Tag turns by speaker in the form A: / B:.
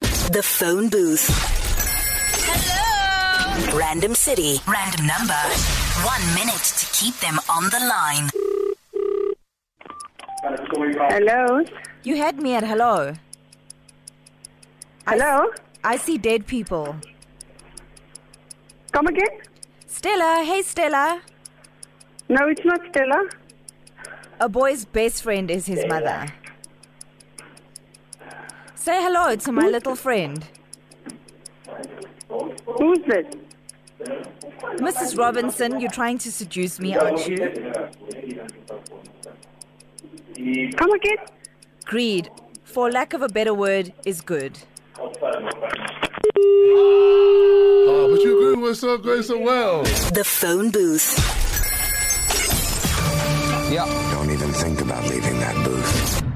A: The phone booth. Hello. Random city, random number. One minute to keep them on the line.
B: Hello.
C: You had me at hello.
B: Hello.
C: I see dead people.
B: Come again?
C: Stella, hey Stella.
B: No, it's not Stella.
C: A boy's best friend is his mother. Say hello to my little friend,
B: Who's this?
C: Mrs. Robinson. You're trying to seduce me, aren't you?
B: Come again?
C: Greed, for lack of a better word, is good.
D: Oh, but you're doing well, so great, so well.
A: The phone booth.
E: Don't even think about leaving that booth.